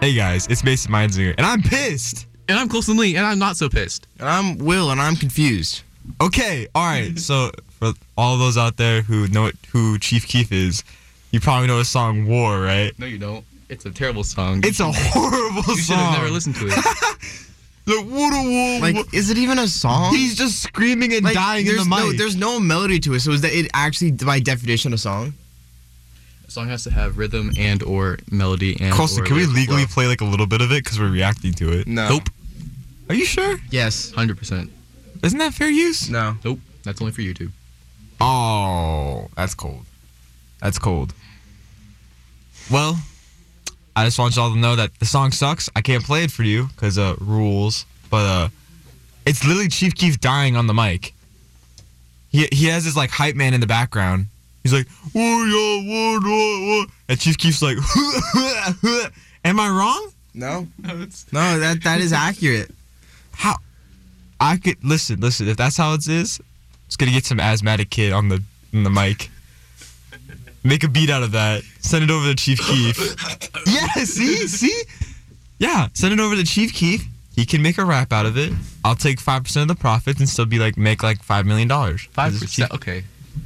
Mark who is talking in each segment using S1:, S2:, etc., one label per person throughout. S1: Hey guys, it's Mason Meinzinger, and I'm pissed.
S2: And I'm Colson Lee, and I'm not so pissed.
S3: And I'm Will, and I'm confused.
S1: Okay, all right. so for all those out there who know who Chief Keef is, you probably know his song "War," right?
S2: No, you don't. It's a terrible song.
S1: It's a horrible
S2: you should
S1: song.
S2: have never listened to it.
S1: Like, what a war-
S3: Like, is it even a song?
S1: He's just screaming and
S3: like,
S1: dying in
S3: there's
S1: the mic.
S3: no, there's no melody to it. So is that it actually by definition a song?
S2: A song has to have rhythm and or melody and.
S1: Colson,
S2: or
S1: can we
S2: lyrical
S1: legally
S2: flow.
S1: play like a little bit of it because we're reacting to it?
S3: No.
S2: Nope.
S1: Are you sure?
S3: Yes.
S2: Hundred percent.
S1: Isn't that fair use?
S3: No.
S2: Nope. That's only for YouTube.
S1: Oh, that's cold. That's cold. Well, I just want y'all to know that the song sucks. I can't play it for you because uh rules, but uh, it's literally Chief Keef dying on the mic. He he has his like hype man in the background. He's like, "Oh, "Whoa, yo, whoa, whoa, whoa," and Chief Keef's like, "Am I wrong?
S3: No.
S2: No, it's
S3: No. That that is accurate.
S1: How? I could listen, listen. If that's how it is, it's gonna get some asthmatic kid on the on the mic. Make a beat out of that. Send it over to Chief Keef. yeah, see, see. Yeah, send it over to Chief Keef. He can make a rap out of it. I'll take five percent of the profits and still be like make like five million dollars.
S2: five percent. Okay,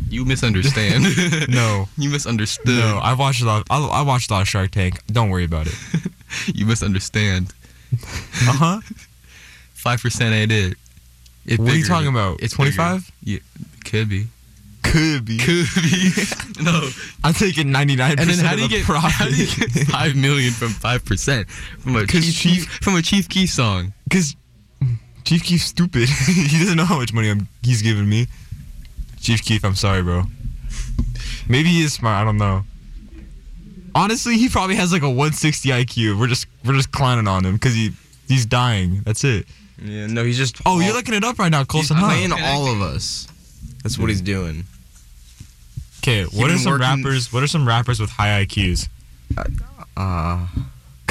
S2: you misunderstand.
S1: No.
S2: you misunderstood.
S1: No, I watched a lot. I, I watched a lot of Shark Tank. Don't worry about it.
S2: You misunderstand.
S1: Uh huh.
S2: Uh-huh. Five percent ain't it. It
S1: What are you
S2: bigger.
S1: talking about?
S2: It's bigger.
S1: 25?
S2: Yeah, could be.
S1: Could be.
S2: Could be. no.
S1: I'm taking ninety nine
S2: And then
S1: percent
S2: how
S1: of
S2: do you
S1: the
S2: get
S1: profit.
S2: how do you get five million from five percent from a
S1: 'Cause
S2: chief,
S1: Chief-
S2: from a Chief Key song?
S1: Because Chief Keef's stupid. he doesn't know how much money I'm, he's giving me. Chief Keef, I'm sorry, bro. Maybe he is smart. I don't know. Honestly, he probably has like a 160 IQ. We're just we're just clowning on him because he he's dying. That's it.
S3: Yeah. No. He's just.
S1: Oh, you're looking it up right now, Colson.
S3: He's
S1: huh?
S3: playing all of us. That's what he's doing.
S1: Okay, what are
S3: been
S1: some
S3: working-
S1: rappers? What are some rappers with high IQs?
S3: Uh.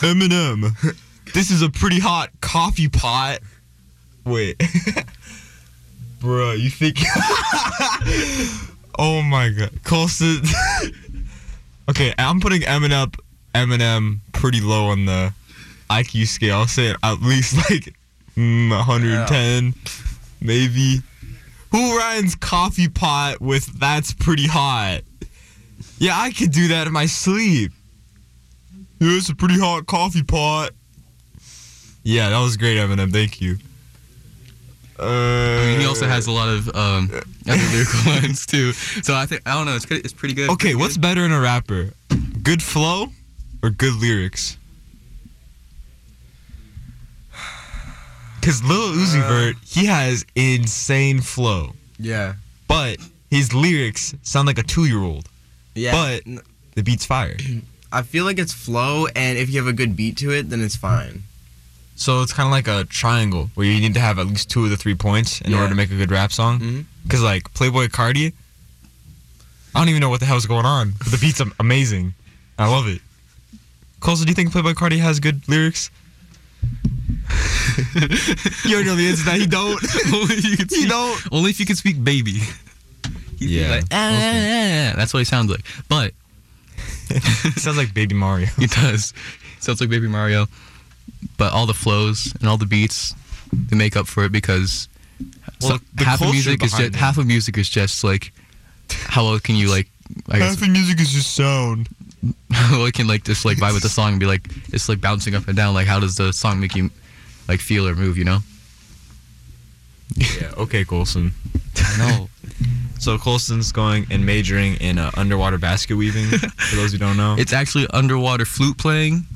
S1: Eminem. This is a pretty hot coffee pot. Wait. Bruh, you think. oh my god. Colson. okay, I'm putting Eminem, up, Eminem pretty low on the IQ scale. I'll say at least like mm, 110, maybe. Who rhymes coffee pot with that's pretty hot? Yeah, I could do that in my sleep. Yeah, it's a pretty hot coffee pot. Yeah, that was great, Eminem. Thank you. Uh,
S2: I mean, he Oh, also has a lot of um, other lyrical lines too. So I think I don't know. It's pretty. It's pretty good.
S1: Okay, what's better in a rapper? Good flow or good lyrics? Cause Lil
S2: Uh.
S1: Uzi Vert, he has insane flow,
S3: Yeah.
S1: but his lyrics sound like a two-year-old.
S3: Yeah.
S1: But-
S3: n-
S1: The beat's fire,
S3: I feel like it's flow, and if you have a good beat to it, then it's fine.
S1: so it's kind of like a triangle where you need to have at least two of the three points in
S3: Yeah.
S1: order to make a good rap song.
S3: Mhm.
S1: Cause like Playboy Cardi, I don't even know what the hell's going on, but the beat's am- amazing. I love it. Colson, do you think Playboy Cardi has good lyrics? You already know the answer to that. He don't.
S2: only, if you could
S1: He
S2: speak-
S1: don't.
S2: only if you could speak baby. He'd be
S1: Yeah.
S2: like, "Ah, ah, ah," That's what he sounds like. But "Ah."
S1: sounds like Baby Mario.
S2: he does. Sounds like Baby Mario. But all the flows and all the beats, they make up for it because
S1: Well,
S2: so-
S1: the
S2: half of
S1: culture
S2: music is
S1: behind
S2: just
S1: it.
S2: half of music is just like how well can you like I guess
S1: the music is just sound.
S2: how well can like just like vibe with the song and be like it's like bouncing up and down. Like how does the song make you like feel or move? You know?
S1: Yeah. Okay, Colson.
S2: No.
S1: So Colson's going and majoring in uh, underwater basket weaving. for those who don't know,
S2: It's actually underwater flute playing.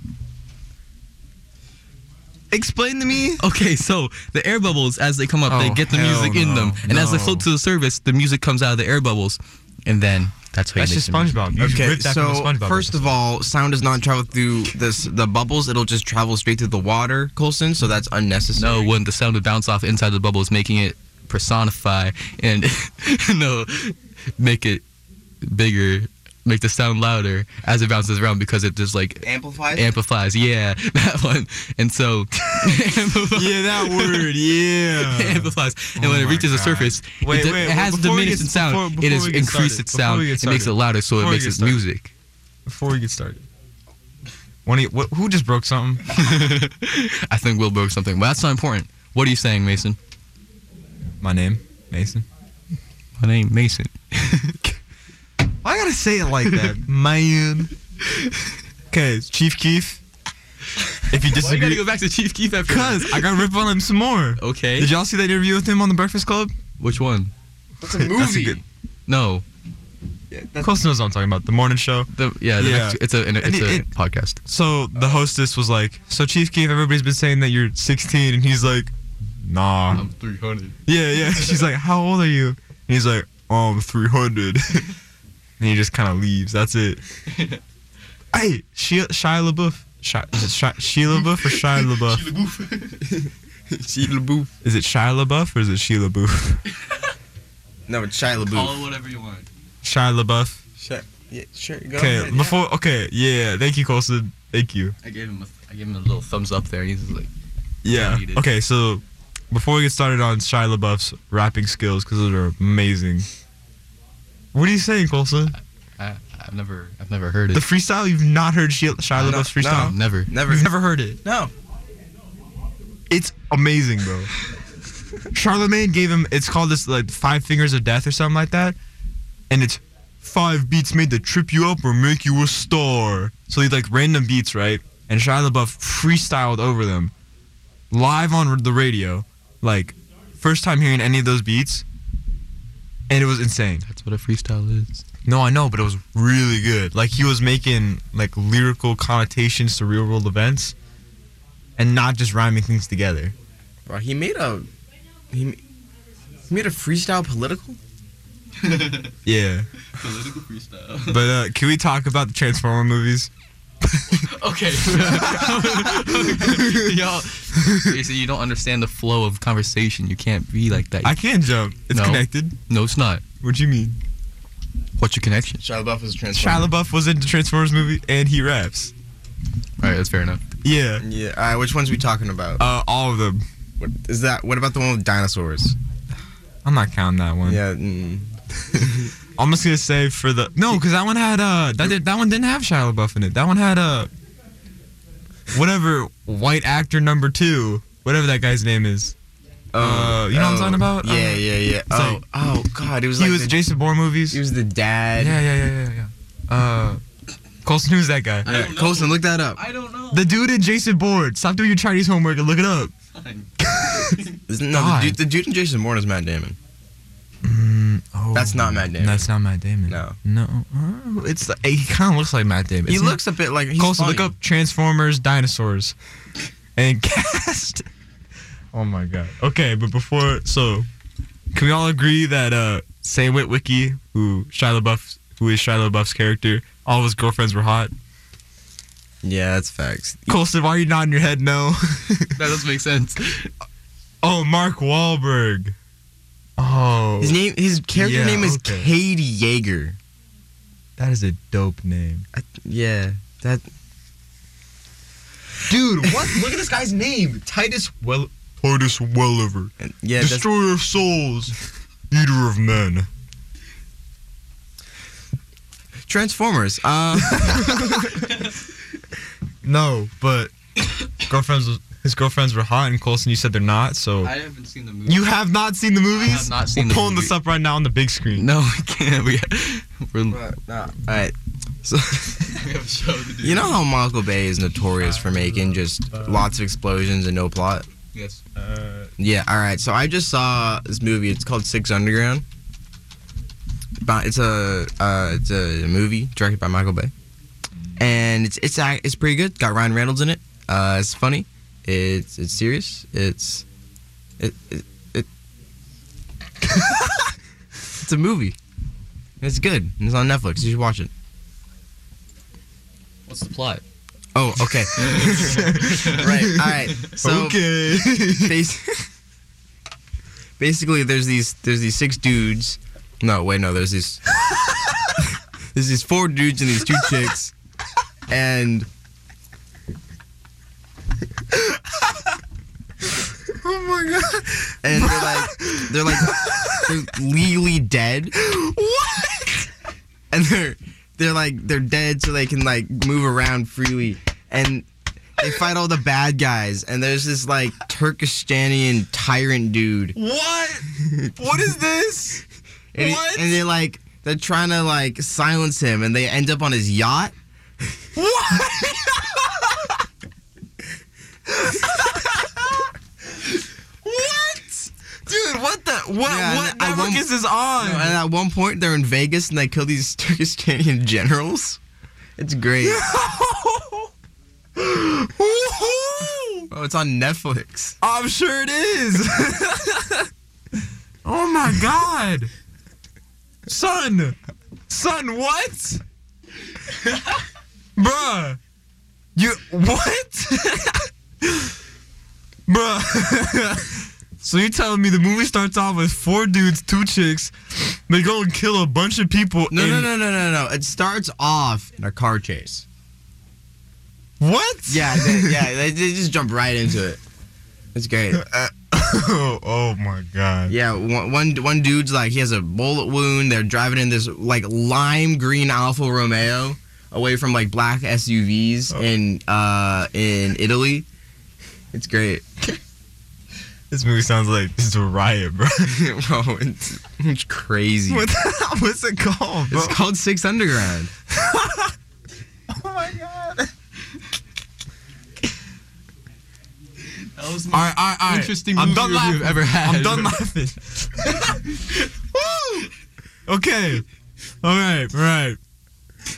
S3: Explain to me.
S2: Okay, so the air bubbles as they come up, they
S1: Oh,
S2: get the
S1: hell
S2: music in them,
S1: no.
S2: and as they
S1: No.
S2: float to the surface, the music comes out of the air bubbles, and then that's how
S1: that's
S2: you make
S1: just
S2: the music.
S1: SpongeBob. You
S3: Okay,
S1: ripped that
S3: so
S1: from the SpongeBob.
S3: first
S1: episode.
S3: of all, sound does not travel through this the bubbles. It'll just travel straight through the water, Colson. So that's unnecessary.
S2: No, when the sound would bounce off inside the bubbles, making it personify and no, make it bigger, make the sound louder as it bounces around because it just like
S3: amplifies.
S2: amplifies. Yeah, that one. And so amplifies.
S1: yeah, that word. Yeah.
S2: amplifies, and
S1: Oh
S2: when it
S1: my
S2: reaches the
S1: God.
S2: surface,
S1: Wait,
S2: it, d-
S1: wait,
S2: it
S1: well,
S2: has
S1: before we
S2: diminished
S1: get-
S2: in sound.
S1: before-
S2: it
S1: before
S2: has
S1: we get
S2: increased
S1: started,
S2: its
S1: before
S2: sound.
S1: we
S2: It
S1: get
S2: makes it
S1: started,
S2: louder, so
S1: before
S2: it
S1: we
S2: makes
S1: get
S2: its
S1: started.
S2: music.
S1: Before we get started, When he, what, who just broke something?
S2: I think Will broke something, but that's not important. What are you saying, Mason?
S1: My name, Mason.
S2: My name Mason.
S1: Why I gotta say it like that, man? Okay, Chief Keef. If you
S2: Why you gotta
S1: disagree,
S2: go back to Chief Keef after that?
S1: cause I gotta rip on him some more.
S2: Okay.
S1: Did y'all see that interview with him on the Breakfast Club?
S2: Which one?
S3: That's a movie.
S1: That's a good-
S2: No.
S1: Close knows what I'm talking about. The morning show.
S2: The, yeah, the
S1: Yeah.
S2: Next, it's a, an- it's
S1: it-
S2: a
S1: it-
S2: podcast.
S1: So the
S3: Uh,
S1: hostess was like, "So Chief Keef, everybody's been saying that you're 16," and he's like, "Nah."
S3: Um,
S2: 300.
S1: Yeah, yeah. She's like, "How old are you?" And he's like, "Um, 300." and he just kind of leaves. That's it. hey, Shia, Shia LaBeouf. Shia, is it Shia, Shia LaBeouf or Shia LaBeouf?
S3: Shia LaBeouf.
S1: Is it Shia LaBeouf or is it Shia LaBeouf?
S3: No, it's Shia LaBeouf.
S2: whatever you want.
S1: Shia LaBeouf.
S3: Shia, yeah, sure. Go
S1: Okay,
S3: ahead, yeah.
S1: before. Okay, yeah. Thank you, Colson. Thank you.
S2: I gave him a, I gave him a little thumbs up there. He's like,
S1: Yeah.
S2: Needed.
S1: Okay, so before we get started on Shia LaBeouf's rapping skills, because those are amazing. What are you saying, Colson?
S2: I, I've never I've never heard it.
S1: The freestyle you've not heard Shia, Shia
S3: No,
S1: LaBeouf's
S3: no.
S1: freestyle?
S2: never.
S3: Never.
S1: You've never heard it.
S3: No.
S1: It's amazing, bro. Charlemagne gave him. It's called this like Five Fingers of Death or something like that, and it's five beats made to trip you up or make you a star. So he like random beats, right? And Shia LaBeouf freestyled over them, live on the radio. Like first time hearing any of those beats, and it was insane.
S2: That's what a freestyle is.
S1: No, I know, but it was really good. Like he was making like lyrical connotations to real world events, and not just rhyming things together.
S3: Bro, he made a. He, ma- he made a freestyle political?
S1: Yeah.
S2: Political freestyle.
S1: But uh, can we talk about the Transformer movies?
S2: Okay. Y'all, you see, you don't understand the flow of conversation. You can't be like that.
S1: I can jump. It's
S2: No.
S1: connected.
S2: no, it's not.
S1: What do you mean?
S2: What's your connection?
S3: Shia LaBeouf is a
S1: Shia LaBeouf was in the Transformers movie and he raps.
S2: All right, that's fair enough.
S1: Yeah.
S3: Yeah. All right, which ones we talking about?
S1: Uh, all of them.
S3: What, is that what about the one with dinosaurs?
S1: I'm not counting that one.
S3: Yeah. Mm.
S1: I'm just gonna say for the no, because that one had uh that did, that one didn't have Shia LaBeouf in it. That one had uh whatever white actor number two, whatever that guy's name is. Uh, you know what I'm
S3: oh,
S1: talking about?
S3: Yeah,
S1: Uh,
S3: yeah, yeah.
S1: like-
S3: Oh, oh, God, it was
S1: He
S3: like
S1: was
S3: the,
S1: Jason Bourne movies.
S3: he was the dad.
S1: yeah, yeah, yeah, yeah, yeah. Uh, Colson, who's that guy?
S2: I don't know.
S3: Colson, look that up.
S2: I don't know.
S1: The dude in Jason Bourne. Stop doing your Chinese homework and look it up.
S3: Isn't- no,
S1: God.
S3: the dude, the dude in Jason Bourne is Matt Damon. Mm,
S1: oh,
S3: That's not Matt Damon.
S1: That's not Matt Damon.
S3: No.
S1: No. Uh, It's like- he kind of looks like Matt Damon.
S3: He
S1: It's
S3: looks a bit like he's
S1: Not, Colson, look
S3: funny.
S1: up Transformers dinosaurs, and cast. Oh my god. Okay, but before so, can we all agree that uh, Sandwit Wiki, who Shia LaBeouf, who is Shia LaBeouf's character, all of his girlfriends were hot.
S3: Yeah, that's facts.
S1: Colson, why are you nodding your head? No.
S2: That doesn't make sense.
S1: oh, Mark Wahlberg. Oh,
S3: His name, his character
S1: Yeah,
S3: name is
S1: okay.
S3: Cade Yeager.
S1: that is a dope name.
S3: I, yeah, that
S1: Dude, what? Look at this guy's name, Titus Well. Titus Welliver,
S3: yeah. That's,
S1: destroyer of souls, eater of men.
S3: Transformers. Uh,
S1: No, but girlfriends, was- his girlfriends were hot, and Colson, you said they're not. So
S2: I haven't seen the movie.
S1: you have not seen the movies.
S2: have not seen
S1: We're
S2: the
S1: pulling
S2: movie.
S1: this up right now on the big screen.
S2: No, we can't. We, we're,
S3: all right. So,
S2: we have a show to do.
S3: you know how Michael Bay is notorious for making just lots of explosions and no plot.
S2: Yes.
S1: Uh,
S3: Yeah. All right. So I just saw this movie. It's called Six Underground. About it's a uh, it's a movie directed by Michael Bay, and it's it's ac- it's pretty good. Got Ryan Reynolds in it. Uh, it's funny. It's it's serious. It's it it, it it's a movie. It's good. It's on Netflix. You should watch it.
S2: What's the plot?
S3: Oh, okay. right. All right. So
S1: okay.
S3: Bas- basically there's these there's these six dudes no wait no there's these there's these four dudes and these two chicks and
S1: oh my god.
S3: and they're like they're like they're legally dead
S1: What?
S3: and they're they're like they're dead so they can like move around freely and they fight all the bad guys. And there's this like Turkestanian tyrant dude.
S1: What? What is this?
S3: And, he-
S1: What?
S3: and they're like they're trying to like silence him, and they end up on his yacht.
S1: What? what? Dude, what the what
S3: Yeah,
S1: what
S3: and I
S1: network
S3: won't-
S1: is this on?
S3: And at one point, they're in Vegas, and they kill these Turkestanian generals. It's great.
S1: Woohoo!
S3: Oh, it's on Netflix.
S1: I'm sure it is. oh my god. Son. Son, what? Bruh. You what? Bruh. so you're telling me the movie starts off with four dudes, two chicks, they go and kill a bunch of people
S3: No,
S1: in,
S3: no, no, no, no, no. It starts off in a car chase.
S1: What?
S3: Yeah, they, yeah. They, they just jump right into it. It's great.
S1: Uh, oh, oh my god.
S3: Yeah, one, one one dude's like he has a bullet wound. They're driving in this like lime green Alfa Romeo away from like black SUVs in uh in Italy. It's great,
S1: This movie sounds like it's a riot, bro.
S3: bro. It's, it's crazy.
S1: What the, what's it called, bro?
S3: It's called Six Underground.
S1: oh my god.
S2: That was
S1: All right, all right, all right.
S2: Interesting
S1: I'm
S2: movie
S1: done
S2: review I've
S1: laughing.
S2: ever had.
S1: I'm done laughing. Woo! Okay. All right, all right.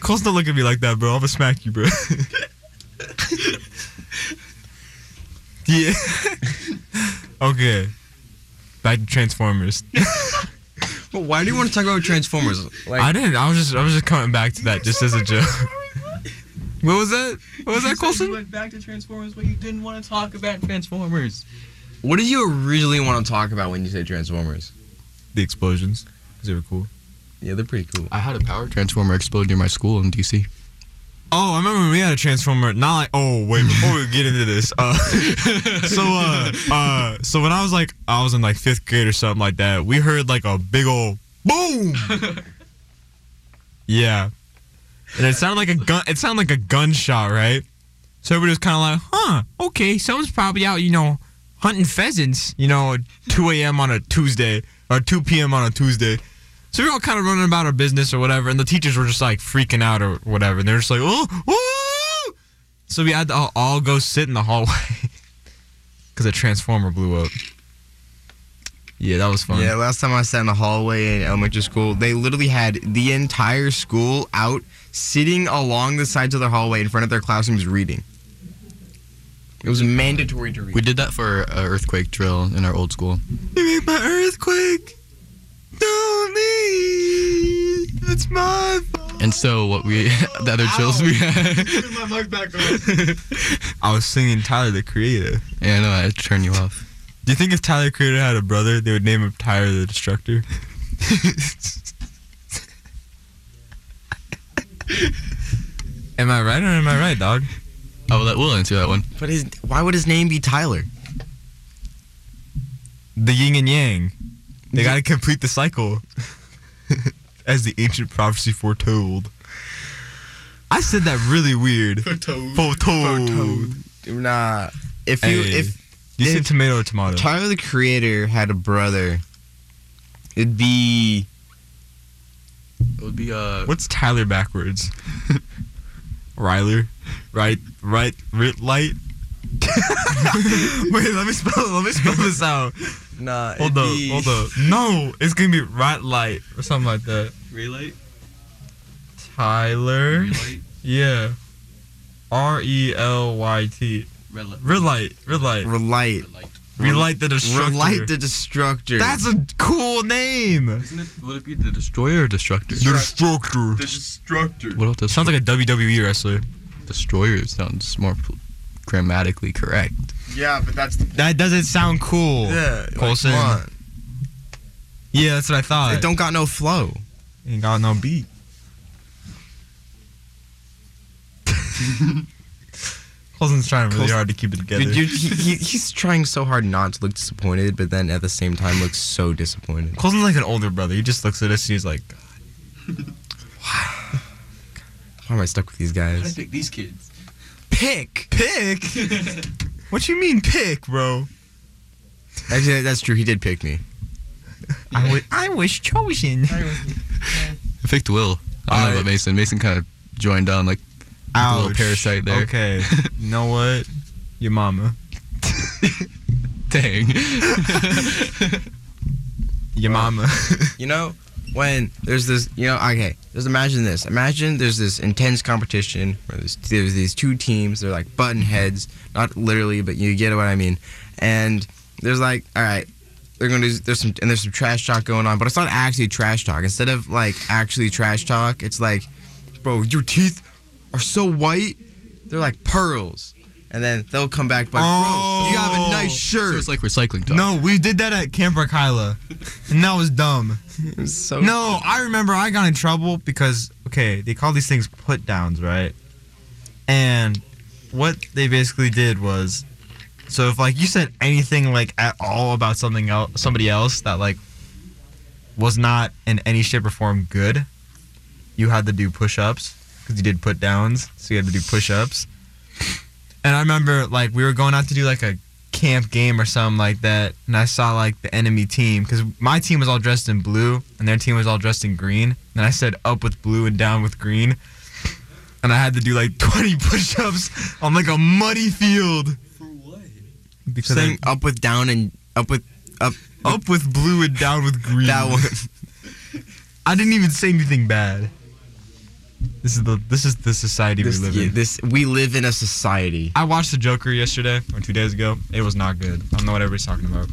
S1: Cole's not look at me like that, bro. I'm gonna smack you, bro. yeah. okay. Back to Transformers.
S3: Well, Um, why do you want to talk about Transformers? Like,
S1: I didn't. I was just. I was just coming back to that just as a joke. What was that? What was that,
S2: You
S1: Colson?
S2: went back to Transformers, but you didn't want to talk about Transformers.
S3: what did you originally want to talk about when you said Transformers?
S1: The explosions. They were cool.
S3: Yeah, they're pretty cool.
S2: I had a power transformer explode near my school in DC.
S1: Oh, I remember when we had a transformer. Not like oh wait, before we get into this. Uh, so uh, uh, so when I was like I was in like fifth grade or something like that, we heard like a big old boom. yeah, and it sounded like a gun. It sounded like a gunshot, right? So everybody was kind of like, huh, okay, someone's probably out, you know, hunting pheasants, you know, at 2 a.m. on a Tuesday or 2 p.m. on a Tuesday. So we were all kind of running about our business or whatever, and the teachers were just like freaking out or whatever, and they're just like, oh, oh. So we had to all, all go sit in the hallway because a transformer blew up. Yeah, that was fun.
S3: Yeah, last time I sat in the hallway in elementary school, they literally had the entire school out sitting along the sides of the hallway in front of their classrooms reading. It was mandatory to read.
S2: We did that for an earthquake drill in our old school.
S1: You made my earthquake. No, me. It's my fault.
S2: And so what we, the other drills we had.
S1: my mic back on. I was singing Tyler the Creator.
S2: Yeah, I know, I had to turn you off.
S1: Do you think if Tyler the Creator had a brother, they would name him Tyler the Destructor? am I right or am I right, dog?
S2: I will let Will answer that one.
S3: But his, why would his name be Tyler?
S1: The yin and yang. They gotta complete the cycle. As the ancient prophecy foretold. I said that really weird. Foretold.
S3: Nah. If you
S1: Hey.
S3: if
S1: You said
S3: If-
S1: tomato or tomato?
S3: Tyler the Creator had a brother, it'd be
S2: It would be, uh,
S1: What's Tyler backwards? Ryler, right, right, rit light. Wait, let me spell. Let me spell this out.
S3: nah.
S1: Hold up, hold up. No, it's gonna be rat light or something like that.
S2: Relight?
S1: Tyler,
S2: Relight?
S1: yeah, R E L Y T. Red light, red light,
S3: Relight.
S1: relight the destructor.
S3: Relight the Destructor.
S1: That's a cool name.
S2: Isn't it, would it be the destroyer or destructor?
S1: destructor.
S4: destructor.
S2: What else?
S1: Sounds like a WWE wrestler.
S2: destroyer sounds more pl- grammatically correct.
S3: yeah, but that's the
S1: That doesn't sound cool.
S3: yeah. like,
S1: Coulson.
S3: come on.
S1: Yeah, that's what I thought.
S3: It don't got no flow.
S1: Ain't got no beat. Colson's trying really
S3: Colson-
S1: hard to keep it together.
S3: Dude, you're, he, he- he's trying so hard not to look disappointed, but then at the same time looks so disappointed.
S1: Colson's like an older brother. He just looks at us and he's like,
S3: Why am I stuck with these guys?
S2: pick these kids?
S3: pick.
S1: Pick? what you mean pick, bro?
S3: Actually, that's true. He did pick me. I
S1: Yeah.
S3: was I was chosen.
S2: Picked Will. I don't know
S1: Alright.
S2: about Mason. Mason kind of joined on like a little
S1: Ouch.
S2: parasite there.
S1: Okay. You know what? Your mama.
S2: Dang.
S1: Your mama.
S3: You know, when there's this, you know, okay, just imagine this. Imagine there's this intense competition where there's, there's these two teams. They're like button heads, not literally, but you get what I mean. And there's like, all right, they're gonna do, there's some and there's some trash talk going on, but it's not actually trash talk. Instead of like actually trash talk, it's like, bro, your teeth are so white, they're like pearls. And then they'll come back, but bro, you have a nice
S2: so
S3: shirt.
S2: it's like recycling talk.
S1: no, we did that at Camp Rock Hyla. And that was dumb.
S3: It's so
S1: No, I remember I got in trouble because okay, they call these things put downs, right? And what they basically did was so if like you said anything like at all about something else somebody else that like was not in any shape or form good, you had to do push ups because you did put downs, so you had to do push ups. And I remember like we were going out to do like a camp game or something like that, and I saw like the enemy team because my team was all dressed in blue and their team was all dressed in green, and I said up with blue and down with green, and I had to do like 20 push-ups on like a muddy field. For what? Because
S3: saying up with down and up with up
S1: I- up with blue and down with green.
S3: that one.
S1: I didn't even say anything bad. This is the this is the society
S3: this,
S1: we live
S3: yeah,
S1: in.
S3: this we live in a society.
S1: I watched The Joker yesterday or two days ago. It was not good. I don't know what everybody's talking about.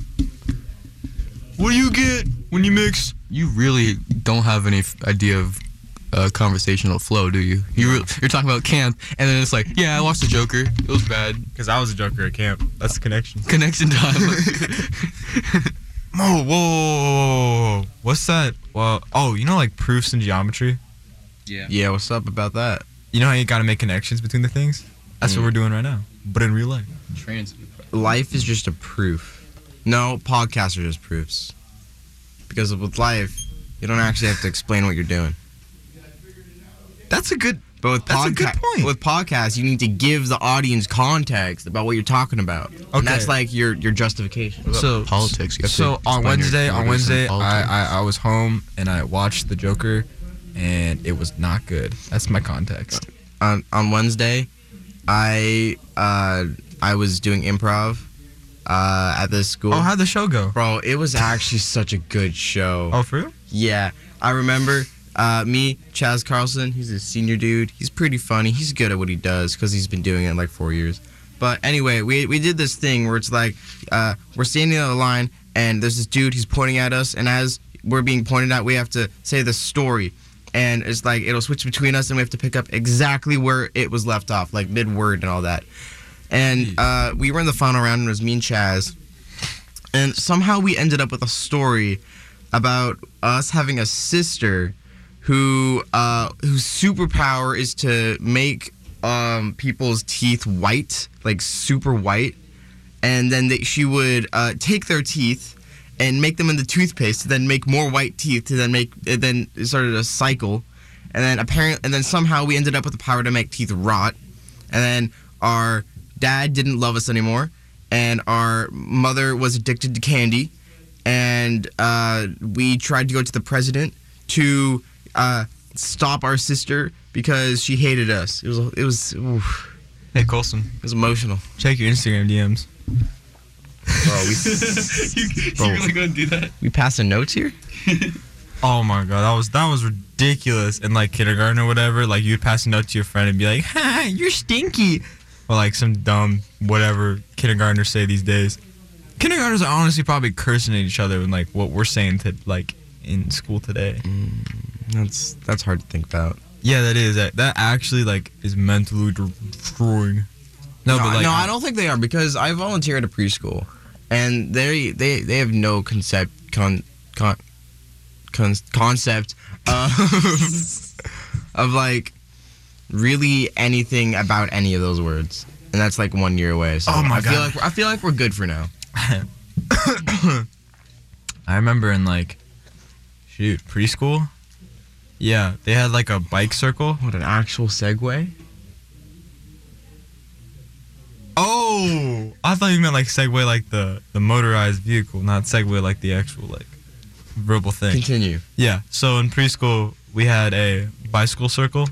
S1: What do you get when you mix?
S2: You really don't have any f- idea of uh, conversational flow, do you? You re- you're talking about camp, and then it's like, yeah, I watched the Joker. It was bad.
S1: Because I was a Joker at camp. That's the connection.
S2: Connection time.
S1: Oh, whoa, whoa, whoa, whoa, whoa. What's that? Well, oh, you know, like proofs in geometry?
S2: yeah.
S3: Yeah, what's up about that?
S1: You know how you gotta make connections between the things? That's
S2: Mm.
S1: what we're doing right now, but in real life.
S2: Transitive.
S3: Life is just a proof. No, podcasts are just proofs. Because with life, you don't actually have to explain what you're doing.
S1: That's a good.
S3: But with
S1: That's a good
S3: podca-
S1: point.
S3: With podcasts, you need to give the audience context about what you're talking about.
S1: Okay.
S3: And that's like your your justification.
S1: So
S2: Politics. You have to
S1: So on
S2: explain your
S1: Wednesday, on
S2: motives and
S1: Wednesday,
S3: uh,
S2: politics.
S1: I, I I was home and I watched The Joker, and it was not good. That's my context.
S3: on on Wednesday, I uh I was doing improv uh at this school.
S1: Oh, how'd the show go?
S3: Bro, it was actually such a good show.
S1: Oh, for real?
S3: Yeah, I remember uh, me, Chaz Carlson. He's a senior dude. He's pretty funny. He's good at what he does because he's been doing it like four years. But anyway, we, we did this thing where it's like uh, we're standing on the line and there's this dude. He's pointing at us, and as we're being pointed at, we have to say the story. And it's like it'll switch between us, and we have to pick up exactly where it was left off, like mid word and all that. And uh, we were in the final round, and it was me and Chaz. And somehow we ended up with a story about us having a sister who uh, whose superpower is to make um, people's teeth white, like super white, and then they, she would uh, take their teeth and make them into toothpaste, to then make more white teeth, to then make and then it started a cycle, and then apparently and then somehow we ended up with the power to make teeth rot, and then our dad didn't love us anymore, and our mother was addicted to candy and uh, we tried to go to the president to uh, stop our sister because she hated us. It was it was oof,
S1: Hey, Colson,
S3: it was emotional.
S1: check your Instagram DMs.
S3: Bro, we,
S2: you, you really gonna do that?
S3: we passing notes here?
S1: Oh my god, that was that was ridiculous. In like kindergarten or whatever, like you'd pass a note to your friend and be like, "Ha, you're stinky," or like some dumb whatever kindergartners say these days. Kindergartners are honestly probably cursing at each other and like what we're saying to like in school today.
S3: Mm. That's that's hard to think about.
S1: Yeah, that is that. That actually like is mentally de- destroying. No, but like
S3: no, I don't think they are because I volunteer at a preschool, and they they they have no concept con con, con concept of, of like really anything about any of those words, and that's like one year away. So
S1: Oh my
S3: I Feel
S1: God.
S3: like, we're- I feel like we're good for now.
S1: I remember in like, shoot, preschool. Yeah, they had like a bike circle.
S3: What an actual segue!
S1: Oh, I thought you meant like Segway, like the the motorized vehicle, not Segway, like the actual like verbal thing.
S3: Continue.
S1: Yeah. So in preschool, we had a bicycle circle.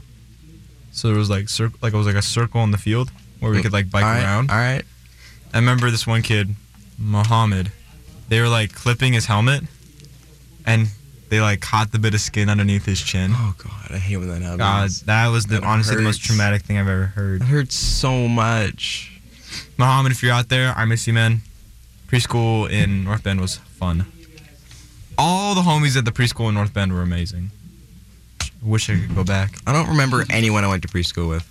S1: So there was like cir- like it was like a circle in the field where we could like bike
S3: all right,
S1: around.
S3: All right.
S1: I remember this one kid, Muhammad. They were like clipping his helmet, and they like caught the bit of skin underneath his chin.
S3: Oh God, I hate when that happens.
S1: God, that was the
S3: That
S1: honestly the most
S3: hurts.
S1: traumatic thing I've ever heard.
S3: That hurts so much.
S1: Muhammad, if you're out there, I miss you, man. Preschool in North Bend was fun. All the homies at the preschool in North Bend were amazing. Wish I could go back.
S3: I don't remember anyone I went to preschool with.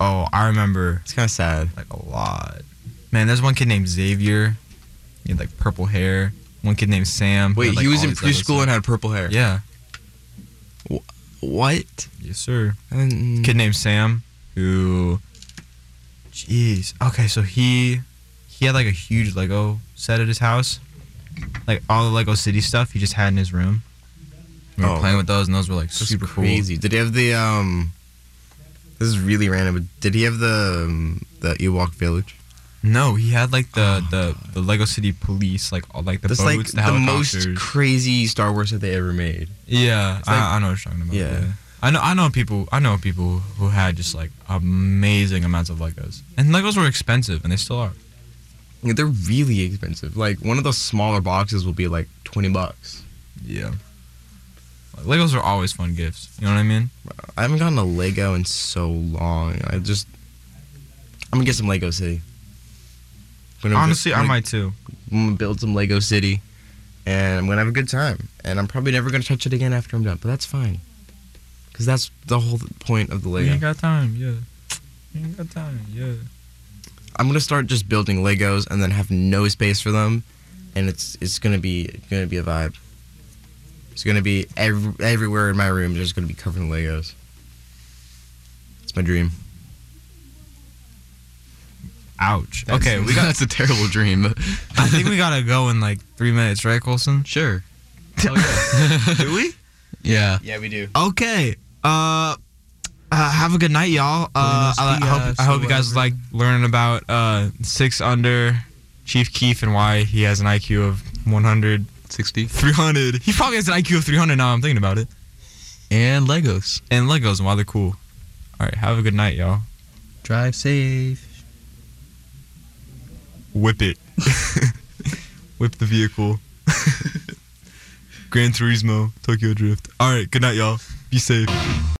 S1: Oh, I remember
S3: It's kind of sad.
S1: like a lot. Man, there's one kid named Xavier. He had like purple hair. One kid named Sam.
S3: Wait,
S1: had, like,
S3: he was
S1: all
S3: in
S1: these other
S3: preschool and
S1: stuff.
S3: had purple hair.
S1: yeah,
S3: What?
S1: yes sir.
S3: Um,
S1: Kid named Sam. Who? Jeez. Okay, so he he had like a huge Lego set at his house. Like all the Lego City stuff he just had in his room. We were
S3: Oh.
S1: playing with those, and those were like
S3: That's
S1: super
S3: crazy. Did he have the um? This is really random. but Did he have the um, the Ewok village?
S1: cool. No, he had like the
S3: Oh,
S1: the the Lego City police, like all like the
S3: That's
S1: boats,
S3: like
S1: the,
S3: the,
S1: helicopters.
S3: most crazy Star Wars that they ever made.
S1: Yeah,
S3: like-
S1: I, I know what you're talking about.
S3: Yeah.
S1: Yeah. I know. I know people. I know people who had just like amazing amounts of Legos, and Legos were expensive, and they still are.
S3: Yeah, They're really expensive. Like one of those smaller boxes will be like twenty bucks.
S1: Yeah. Legos are always fun gifts. You know what I mean?
S3: I haven't gotten a Lego in so long. I just I'm gonna get some Lego City. I'm gonna-
S1: Honestly, I
S3: I'm gonna-
S1: might too.
S3: I'm gonna build some Lego City, and I'm gonna have a good time. And I'm probably never gonna touch it again after I'm done, but that's fine, because that's the whole point of the
S1: You
S3: Lego.
S1: ain't got time. Yeah. You ain't got time. Yeah.
S3: I'm gonna start just building Legos and then have no space for them, and it's it's gonna be it's gonna be a vibe. It's gonna be every, everywhere in my room. There's gonna be covered in Legos. It's my dream.
S1: Ouch.
S2: That's-
S1: okay, we got.
S2: That's a terrible dream.
S1: I think we gotta go in like three minutes, right, Colson?
S2: Sure.
S1: Do we?
S2: yeah.
S3: Yeah, we do.
S1: Okay. Uh, uh, have a good night, y'all. Uh, I, I hope I hope you guys like learning about uh six under Chief Keef and why he has an IQ of 100,
S2: 60.
S1: 300. He probably has an IQ of 300 now. I'm thinking about it.
S2: And Legos.
S1: And Legos and why they're cool. All right. Have a good night, y'all.
S2: Drive safe.
S1: Whip it. Whip the vehicle. Gran Turismo, Tokyo Drift. All right. Good night, y'all. Be safe.